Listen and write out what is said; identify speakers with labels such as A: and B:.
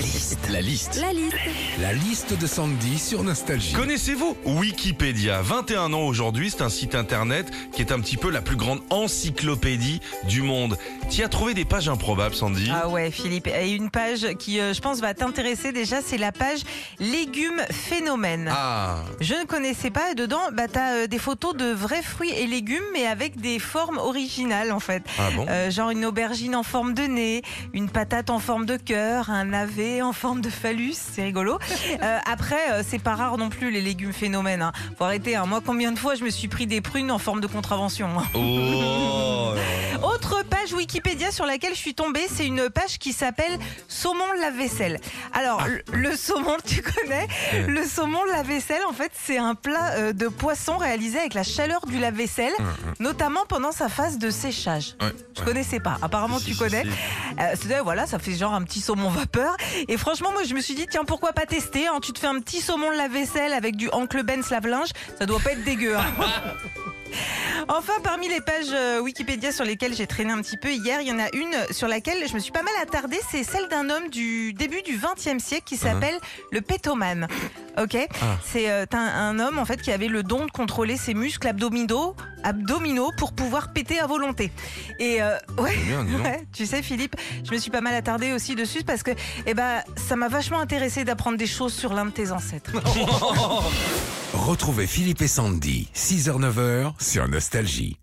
A: liste.
B: La liste.
C: La liste.
A: La liste de Sandy sur Nostalgie.
B: Connaissez-vous Wikipédia 21 ans aujourd'hui, c'est un site internet qui est un petit peu la plus grande encyclopédie du monde. T'y as trouvé des pages improbables, Sandy
D: Ah ouais, Philippe. Et une page qui, euh, je pense, va t'intéresser déjà, c'est la page légumes phénomènes.
B: Ah,
D: Je ne connaissais pas. Et dedans, bah, t'as euh, des photos de vrais fruits et légumes, mais avec des formes originales, en fait.
B: ah bon
D: Euh, genre une aubergine en forme de nez, une patate en forme de cœur, un navet en forme de phallus, c'est rigolo. Euh, après, euh, c'est pas rare non plus les légumes phénomènes. Hein. Faut arrêter. hein. Moi, combien de fois je me suis pris des prunes en forme de contravention hein.
B: Oh là là.
D: Autre page Wikipédia sur laquelle je suis tombée, c'est une page qui s'appelle Saumon lave-vaisselle. Alors, le- le saumon, tu connais
B: Ah. Ouais.
D: Le saumon lave-vaisselle, en fait, c'est un plat euh, de poisson réalisé avec la chaleur du lave-vaisselle, notamment pendant sa phase de séchage.
B: Hum, Ouais,
D: Je
B: ouais.
D: connaissais pas. Apparemment,
B: Si,
D: tu
B: si,
D: connais.
B: si.
D: Euh, c'est- voilà, ça fait genre un petit saumon vapeur. Et franchement, moi, je me suis dit, tiens, pourquoi pas tester hein Tu te fais un petit saumon de lave-vaisselle avec du Oncle Ben's lave-linge, ça doit pas être dégueu. hein. enfin, parmi les pages euh, Wikipédia sur lesquelles j'ai traîné un petit peu hier, il y en a une sur laquelle je me suis pas mal attardée. C'est celle d'un homme du début du XXe siècle qui s'appelle le pétoman. Ok,
B: Ah.
D: c'est euh, un, un homme en fait qui avait le don de contrôler ses muscles abdominaux, abdominaux pour pouvoir péter à volonté. Et euh, ouais,
A: Eh
B: C'est bien, dis donc.
D: Ouais, tu sais, Philippe, je me suis pas mal attardée aussi dessus parce que eh ben, ça m'a vachement intéressé d'apprendre des choses sur l'un de tes ancêtres.
A: Retrouvez Philippe et Sandy, 6h-9h sur Nostalgie.